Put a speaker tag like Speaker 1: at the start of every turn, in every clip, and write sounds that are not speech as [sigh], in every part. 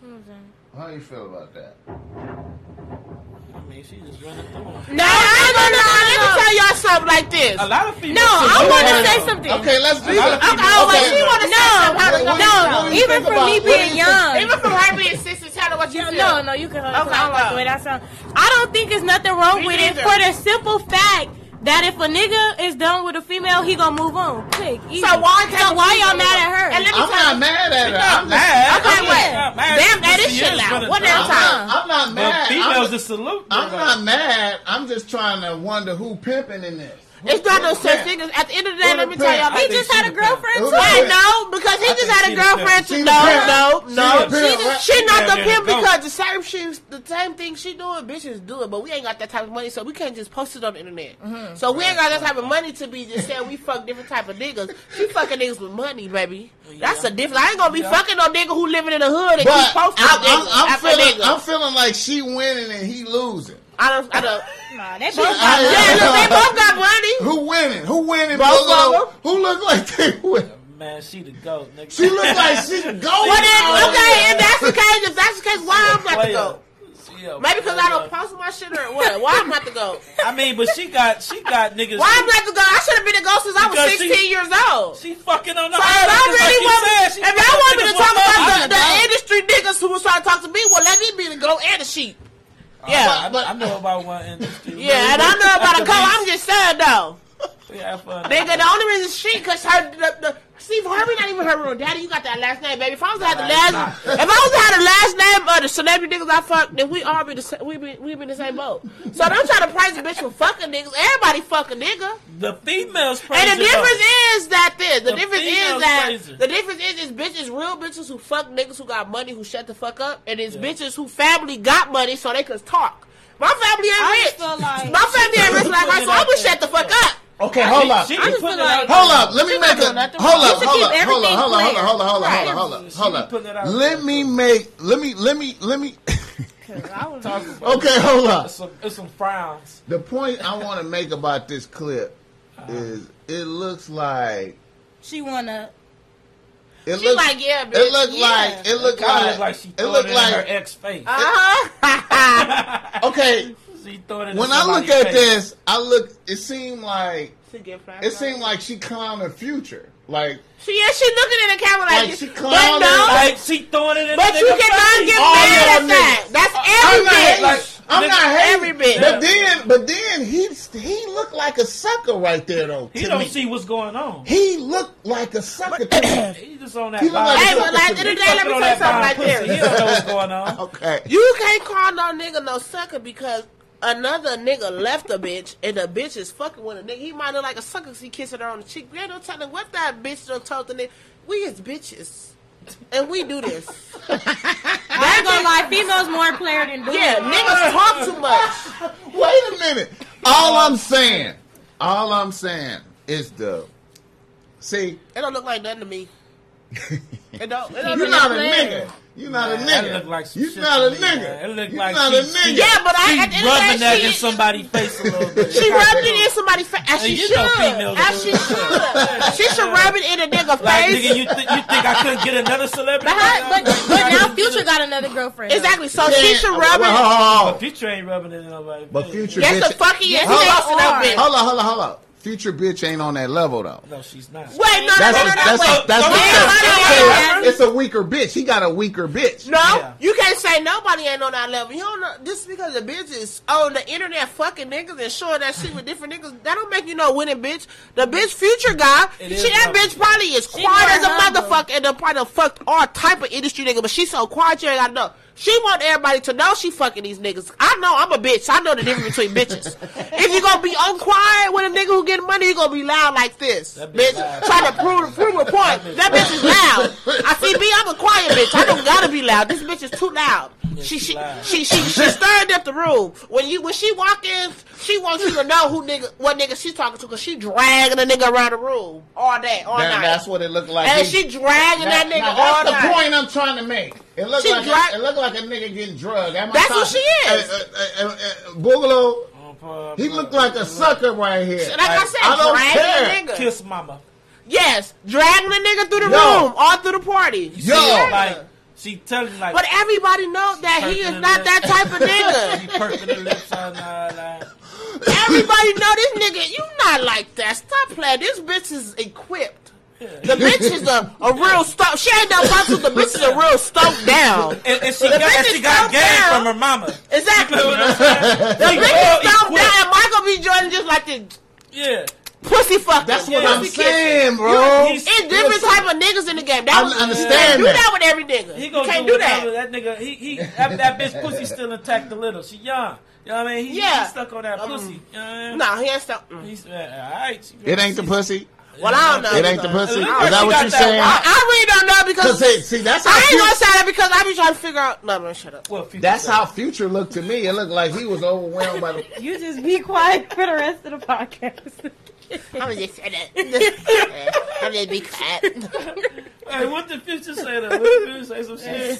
Speaker 1: Susan.
Speaker 2: How do you feel about that?
Speaker 3: I mean, she just running through them.
Speaker 1: No, no, no, no, no. Let me tell y'all something like this.
Speaker 3: A lot of people.
Speaker 1: No, I want to
Speaker 2: Yeah.
Speaker 1: say something.
Speaker 2: Okay, let's do
Speaker 3: A lot of
Speaker 2: it.
Speaker 3: people-
Speaker 1: I was like,
Speaker 3: Okay.
Speaker 1: she want to say
Speaker 4: No,
Speaker 1: something.
Speaker 2: what-
Speaker 1: no,
Speaker 2: what- what do you
Speaker 4: even
Speaker 2: think
Speaker 4: for
Speaker 2: about-
Speaker 4: me
Speaker 2: what do you
Speaker 4: being
Speaker 2: think-
Speaker 4: young.
Speaker 1: Even from her being sister, tell her what you
Speaker 4: Yeah,
Speaker 1: feel.
Speaker 4: no, no, you can.
Speaker 1: Okay,
Speaker 4: I don't like the way that sounds. I don't think there's nothing wrong
Speaker 1: Me
Speaker 4: with
Speaker 1: neither.
Speaker 4: it for the simple fact that if a nigga is done with a female, he gonna move on quick. easy.
Speaker 1: So why
Speaker 4: So why y'all mad at her?
Speaker 1: And let me
Speaker 2: I'm
Speaker 1: tell
Speaker 2: not
Speaker 1: you.
Speaker 2: mad at her.
Speaker 3: Not
Speaker 2: I'm just-
Speaker 3: mad.
Speaker 1: Okay,
Speaker 3: I'm
Speaker 1: wait.
Speaker 3: not mad.
Speaker 1: Damn, that
Speaker 3: She
Speaker 1: is shit loud.
Speaker 3: running
Speaker 1: What
Speaker 3: through
Speaker 1: else?
Speaker 2: I'm
Speaker 3: them.
Speaker 2: not, I'm not
Speaker 3: But
Speaker 2: mad. I'm
Speaker 3: females
Speaker 2: just-
Speaker 3: just salute.
Speaker 2: I'm
Speaker 3: them.
Speaker 2: not mad. I'm just trying to wonder who pimping in this.
Speaker 1: It's not no such
Speaker 2: Yeah.
Speaker 1: thing as at the end of the day.
Speaker 2: Who
Speaker 1: Let
Speaker 2: the
Speaker 1: me tell y'all,
Speaker 2: pimp?
Speaker 1: he
Speaker 3: I think
Speaker 1: just
Speaker 3: she
Speaker 1: had a
Speaker 3: the pimp.
Speaker 1: girlfriend
Speaker 2: Who
Speaker 1: too.
Speaker 2: the
Speaker 1: I
Speaker 2: pimp?
Speaker 1: know because he
Speaker 3: I
Speaker 1: just
Speaker 3: think
Speaker 1: had
Speaker 3: she
Speaker 1: a
Speaker 3: the
Speaker 1: girlfriend
Speaker 3: pimp.
Speaker 1: too.
Speaker 2: She the pimp. She
Speaker 1: No, no,
Speaker 2: the
Speaker 1: no.
Speaker 2: pimp,
Speaker 1: She just-
Speaker 2: right?
Speaker 1: She not the
Speaker 3: Yeah,
Speaker 1: pimp
Speaker 3: there you go.
Speaker 1: because the same she's the same thing she doing. Bitches do it, but we ain't got that type of money, so we can't just post it on the internet. So we ain't got that type of money to be just saying we fuck different type of niggas. She fucking niggas with money, baby. That's a difference. I ain't gonna be fucking no nigga who living in the hood and
Speaker 2: But
Speaker 1: keep
Speaker 2: I'm,
Speaker 1: posting
Speaker 2: I'm,
Speaker 1: niggas
Speaker 2: I'm,
Speaker 1: after
Speaker 2: feeling,
Speaker 1: niggas.
Speaker 2: I'm feeling like she winning and he losing.
Speaker 1: I don't.
Speaker 2: [laughs]
Speaker 1: I don't.
Speaker 4: Nah, that bitch
Speaker 2: I-
Speaker 4: got
Speaker 1: Yeah, look, they both got money.
Speaker 2: Who winning? Who winning?
Speaker 1: Both
Speaker 2: Who
Speaker 1: of
Speaker 2: look- Who look like they [laughs] win?
Speaker 3: Man, she the goat, nigga.
Speaker 2: She look like she going.
Speaker 1: Well then,
Speaker 2: [laughs] out
Speaker 1: okay,
Speaker 2: here.
Speaker 1: if that's the case, if that's the case, why I'm not to go? Maybe because I don't
Speaker 3: Pop-
Speaker 1: post my shit or what? Why I'm not to
Speaker 3: [laughs]
Speaker 1: go?
Speaker 3: I mean, but she got she got niggas.
Speaker 1: Why I'm not to go? I should have been a go since I was
Speaker 3: Because she-
Speaker 1: 16 years old.
Speaker 3: She fucking on the.
Speaker 1: So if I really want,
Speaker 3: want,
Speaker 1: if I want me to talk about the, the
Speaker 2: know.
Speaker 1: industry niggas who was trying to talk to me, well, let me be the go and the sheep.
Speaker 3: I,
Speaker 1: Yeah,
Speaker 3: I, I know about one industry.
Speaker 1: yeah, and I know about a go. I'm just saying though,
Speaker 3: We have fun.
Speaker 1: nigga. The only reason she, cause her, the, the, Steve Harvey not even her real daddy. You got that last name, baby. If I was to have the
Speaker 3: Nah,
Speaker 1: last,
Speaker 3: it's not.
Speaker 1: if I was to have the last name of the celebrity niggas I fucked, then we all be the sa- we be we be in the same boat. So don't try to praise a bitch for fucking niggas. Everybody fucking nigga.
Speaker 3: The females praise
Speaker 1: And the
Speaker 3: it up.
Speaker 1: difference is that this. The,
Speaker 3: The
Speaker 1: difference is
Speaker 3: females
Speaker 1: that
Speaker 3: praise it.
Speaker 1: the difference is is bitches, real bitches who fuck niggas who got money who shut the fuck up, and it's
Speaker 3: Yeah.
Speaker 1: bitches who family got money so they could talk. My family
Speaker 4: I
Speaker 1: ain't rich.
Speaker 4: just feel like
Speaker 1: My family ain't rich like her, so I'm gonna shut the fuck up.
Speaker 2: Okay, hold up.
Speaker 3: She,
Speaker 4: I just
Speaker 3: putting
Speaker 4: feel like-
Speaker 3: it out
Speaker 2: Hold up, let me
Speaker 4: She
Speaker 2: make
Speaker 4: not
Speaker 2: a
Speaker 4: doing nothing
Speaker 2: hold up,
Speaker 4: wrong. You should
Speaker 2: hold up,
Speaker 4: keep
Speaker 2: hold up,
Speaker 4: everything
Speaker 2: hold up, hold up,
Speaker 4: clear.
Speaker 2: hold up, hold
Speaker 4: Right.
Speaker 2: up, hold up,
Speaker 3: She
Speaker 2: hold
Speaker 3: be
Speaker 2: up.
Speaker 3: putting it out
Speaker 2: Let
Speaker 3: there.
Speaker 2: me make, let me, let me, let me. [laughs]
Speaker 4: I was talking.
Speaker 2: Okay, hold up.
Speaker 3: It's some, it's some frowns.
Speaker 2: The point I want to make about this clip is it looks like
Speaker 4: She wanna.
Speaker 2: it
Speaker 1: She
Speaker 2: looks
Speaker 1: like, yeah, bitch.
Speaker 2: it looked
Speaker 4: yeah.
Speaker 2: like it looked
Speaker 3: Kind of
Speaker 2: like,
Speaker 3: look like she
Speaker 2: it
Speaker 3: threw it
Speaker 2: looked
Speaker 3: in her
Speaker 2: like
Speaker 3: ex face.
Speaker 1: Uh-huh.
Speaker 2: okay.
Speaker 3: [laughs] she threw it in
Speaker 2: When I look
Speaker 3: somebody's
Speaker 2: at
Speaker 3: face.
Speaker 2: this, I look. It seemed like
Speaker 1: She get flashed
Speaker 2: it
Speaker 1: up.
Speaker 2: seemed like she clowning future. Like
Speaker 1: she yeah, she looking in the camera like,
Speaker 2: Like, she
Speaker 1: but
Speaker 2: clowning,
Speaker 1: no,
Speaker 3: like she throwing it in.
Speaker 1: but
Speaker 3: the
Speaker 1: you
Speaker 3: nigga
Speaker 1: cannot
Speaker 3: face. Oh,
Speaker 1: get
Speaker 2: all
Speaker 1: mad at
Speaker 2: y'all
Speaker 1: that.
Speaker 2: niggas.
Speaker 1: That's
Speaker 2: I'm
Speaker 1: every
Speaker 2: not hating.
Speaker 1: bitch.
Speaker 2: I'm not hating.
Speaker 1: Every bitch.
Speaker 2: But then, but then he he looked like a sucker right there though.
Speaker 3: He
Speaker 2: to
Speaker 3: don't
Speaker 2: me.
Speaker 3: see what's going on.
Speaker 2: He looked like a sucker. to me.
Speaker 3: [coughs] He just on that.
Speaker 2: He look
Speaker 3: vibe.
Speaker 2: like
Speaker 1: Hey, but like the other
Speaker 3: He
Speaker 1: day, let
Speaker 3: fucking
Speaker 1: me
Speaker 3: on
Speaker 1: tell you
Speaker 3: that
Speaker 1: something
Speaker 3: vibe
Speaker 1: like
Speaker 3: pussy.
Speaker 1: this.
Speaker 3: He don't know what's going
Speaker 1: [laughs]
Speaker 3: on.
Speaker 2: Okay.
Speaker 1: You can't call no nigga no sucker because another nigga left a bitch and the bitch is fucking with a nigga. He might look like a sucker 'cause he kissing her on the cheek. There no telling what that bitch done told the nigga. We is bitches. And we do this.
Speaker 4: I ain't gonna lie, females more player than dudes.
Speaker 1: Yeah, niggas talk too much.
Speaker 2: Wait a minute. All I'm saying, all I'm saying is the see.
Speaker 1: It don't look like nothing to me. It don't. It don't
Speaker 2: You're
Speaker 1: look
Speaker 2: not a
Speaker 1: like-
Speaker 2: nigga. You're not a
Speaker 3: Man, that
Speaker 2: nigga.
Speaker 3: look like some
Speaker 2: You're
Speaker 3: shit
Speaker 2: not
Speaker 3: to
Speaker 2: a
Speaker 3: me,
Speaker 2: nigga.
Speaker 3: man. It look
Speaker 2: You're
Speaker 3: like
Speaker 2: not a
Speaker 3: she-
Speaker 2: nigga.
Speaker 1: Yeah, but I
Speaker 3: She
Speaker 1: at the end of the day,
Speaker 3: rubbing that in
Speaker 1: she-
Speaker 3: somebody's face a little
Speaker 1: [laughs]
Speaker 3: bit.
Speaker 1: She rubbed it in somebody's face. As
Speaker 3: Hey,
Speaker 1: she
Speaker 3: you
Speaker 1: should.
Speaker 3: know females
Speaker 1: As
Speaker 3: do
Speaker 1: she
Speaker 3: that.
Speaker 1: should. She should rub it in a
Speaker 3: Like,
Speaker 1: nigga face.
Speaker 3: nigga, you, th- you think I couldn't get another celebrity?
Speaker 4: But, her, but, but now Future got another girlfriend.
Speaker 1: exactly. So
Speaker 2: Yeah.
Speaker 1: she should rub
Speaker 2: Well,
Speaker 1: it.
Speaker 2: hold
Speaker 3: But
Speaker 2: on.
Speaker 3: Future ain't rubbing it in nobody's
Speaker 2: But
Speaker 3: face.
Speaker 2: Future
Speaker 1: Yes, the
Speaker 2: bitch.
Speaker 1: fuck he is.
Speaker 4: Yes,
Speaker 1: He
Speaker 4: they
Speaker 1: busting that
Speaker 4: are.
Speaker 1: bitch.
Speaker 2: Hold on, hold on, hold on. Future bitch ain't on that level though.
Speaker 3: No, she's not.
Speaker 1: Wait, no,
Speaker 2: That's
Speaker 1: no,
Speaker 2: a,
Speaker 1: no, no,
Speaker 2: that's
Speaker 1: wait.
Speaker 2: a, that's
Speaker 1: no,
Speaker 2: a,
Speaker 1: no, no,
Speaker 2: it's a weaker bitch. He got a weaker bitch.
Speaker 1: no,
Speaker 3: Yeah.
Speaker 1: you can't say nobody ain't on that level. You don't know just because the bitch is on the internet fucking niggas and showing that shit with different niggas. That don't make you no winning bitch. The bitch future guy,
Speaker 3: It is
Speaker 1: she that
Speaker 3: humble.
Speaker 1: bitch probably is
Speaker 4: more
Speaker 1: quiet as a
Speaker 4: humble.
Speaker 1: motherfucker and done probably done fucked all type of industry nigga, but she so quiet you ain't gotta know. She want everybody to know she fucking these niggas. I know I'm a bitch. I know the difference
Speaker 3: [laughs]
Speaker 1: between bitches. If you gonna be unquiet with a nigga who getting money, you gonna be loud like this,
Speaker 3: That
Speaker 1: bitch.
Speaker 3: bitch loud.
Speaker 1: Trying to prove prove a point. That bitch is loud. I see me. I'm a quiet bitch. I don't gotta be loud. This bitch is too loud.
Speaker 3: she
Speaker 1: She she,
Speaker 3: loud.
Speaker 1: she she she stirred up the room. When you when she walk in, she wants you to know who nigga what nigga she's talking to because she dragging a nigga around the room all day all
Speaker 2: That,
Speaker 1: night.
Speaker 2: that's what it looked like.
Speaker 1: and
Speaker 2: He-
Speaker 1: she dragging that, nigga
Speaker 2: now, that's
Speaker 1: all
Speaker 2: the
Speaker 1: night.
Speaker 2: point I'm trying to make. It looked
Speaker 1: She
Speaker 2: like
Speaker 1: dra-
Speaker 2: a, it looked like a nigga getting drugged. Am I
Speaker 1: That's
Speaker 2: talking-
Speaker 1: what she is.
Speaker 2: Uh, uh, uh, uh, Boogaloo,
Speaker 3: Um,
Speaker 2: he looked like a sucker right here.
Speaker 1: Like I said,
Speaker 2: I don't
Speaker 1: dragging a nigga.
Speaker 3: Kiss mama.
Speaker 1: Yes, dragging a nigga through the
Speaker 2: Yo.
Speaker 1: room, all through the party.
Speaker 2: Yo,
Speaker 3: Like, She telling you like
Speaker 1: But everybody knows that he is
Speaker 3: Perking
Speaker 1: not
Speaker 3: her
Speaker 1: that
Speaker 3: lips.
Speaker 1: type of
Speaker 2: [laughs]
Speaker 3: she
Speaker 1: nigga.
Speaker 3: perking her lips on uh, like,
Speaker 1: everybody know this nigga. You not like that. Stop playing. This bitch is equipped. The bitch is a, a real stomp. She ain't no muscle. The bitch is a real stomp down.
Speaker 3: and, and she
Speaker 1: The
Speaker 3: got, and
Speaker 1: bitch
Speaker 3: she
Speaker 1: is
Speaker 3: got
Speaker 1: dumbed
Speaker 3: game
Speaker 1: down.
Speaker 3: from her mama.
Speaker 1: Exactly.
Speaker 3: You know
Speaker 1: The
Speaker 3: what I'm saying? She well
Speaker 1: bitch is stomp
Speaker 3: equipped.
Speaker 1: down. And Michael B. Jordan just like the
Speaker 3: Yeah.
Speaker 1: pussy fucker.
Speaker 2: That's what
Speaker 3: Yeah,
Speaker 2: I'm
Speaker 3: he
Speaker 1: Pussy kissing.
Speaker 2: saying, bro.
Speaker 3: he's-
Speaker 1: It's different
Speaker 2: Listen.
Speaker 1: type of niggas in the game. That
Speaker 2: I
Speaker 1: was,
Speaker 2: understand
Speaker 1: you can't do
Speaker 2: that.
Speaker 1: that with every nigga.
Speaker 3: He
Speaker 1: You
Speaker 3: gonna
Speaker 1: can't
Speaker 3: do,
Speaker 1: do
Speaker 3: whatever.
Speaker 1: that.
Speaker 3: That nigga, he he that, that bitch pussy still intact a little. She young. You know what I mean? He,
Speaker 1: Yeah.
Speaker 3: he stuck on that
Speaker 1: Um,
Speaker 3: pussy. You know what I mean?
Speaker 1: No, he ain't stop. mm.
Speaker 3: He's, uh, all right.
Speaker 2: It ain't the pussy.
Speaker 1: Well, I don't know.
Speaker 2: It ain't the pussy. Is that
Speaker 3: She
Speaker 2: what
Speaker 3: got
Speaker 2: you
Speaker 3: that
Speaker 2: saying?
Speaker 1: I, I really don't know because
Speaker 2: Cause it, see, that's
Speaker 1: I
Speaker 2: how
Speaker 1: ain't
Speaker 2: future,
Speaker 1: gonna say that because I be trying to figure out. No, no, shut up.
Speaker 3: Well, future
Speaker 2: that's
Speaker 3: said.
Speaker 2: how future looked to me. It looked like he was overwhelmed by the.
Speaker 4: You just be quiet for the rest of the podcast.
Speaker 1: I'm just
Speaker 3: [laughs]
Speaker 1: shut up. [laughs] I'm just be quiet.
Speaker 3: Hey, what the future say? though? What the future say?
Speaker 1: [laughs]
Speaker 3: Some shit.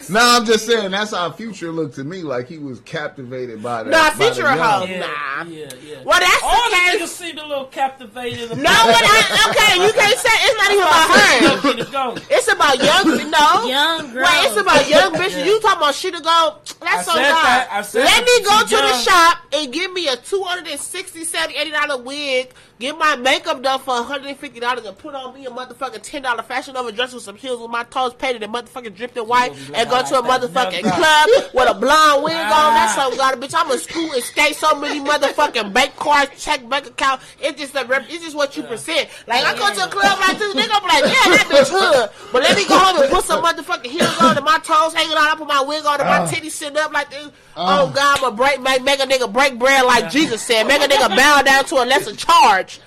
Speaker 4: Sick.
Speaker 2: No, I'm just saying that's how future looked to me. Like he was captivated by that. by
Speaker 1: Nah,
Speaker 2: the
Speaker 1: Future a
Speaker 2: young.
Speaker 1: hoe.
Speaker 3: Yeah,
Speaker 1: Nah.
Speaker 3: Yeah, yeah.
Speaker 1: Well, that's
Speaker 3: All the
Speaker 1: the
Speaker 3: niggas
Speaker 1: case.
Speaker 3: seemed a little captivated.
Speaker 1: No, but I, okay, you can't say it's not even about
Speaker 3: [laughs]
Speaker 1: her.
Speaker 3: Go.
Speaker 1: It's about young. No,
Speaker 4: Young girl.
Speaker 1: Wait, it's about young bitches. You talking about she to go? That's so
Speaker 3: I said that. I
Speaker 1: hard.
Speaker 3: said that
Speaker 1: Let me go
Speaker 3: she
Speaker 1: to the
Speaker 3: young.
Speaker 1: shop and give me a two hundred and sixty, seventy, eighty dollar wig. Get my makeup done for one hundred and fifty dollars and put on me a motherfucking ten dollar fashion over dress with some heels with my toes painted and motherfucking dripping white
Speaker 3: You gonna
Speaker 1: and go
Speaker 3: look
Speaker 1: to a
Speaker 3: like that
Speaker 1: motherfucking
Speaker 3: nigga.
Speaker 1: club with a blonde wig on. That's
Speaker 3: Ah.
Speaker 1: so god, bitch. I'm a school and skate so many motherfucking bank cards, check bank account. It's just a rep. It's just what you present. Like I go to a club like this, nigga, I'm like, yeah, that bitch hood. But let me go home and put some motherfucking heels on and my toes hanging out. I put my wig on and my titties sitting up like this. oh God, I'm a break, make, make a nigga break bread like Jesus said. Make a nigga bow down to a lesser charge.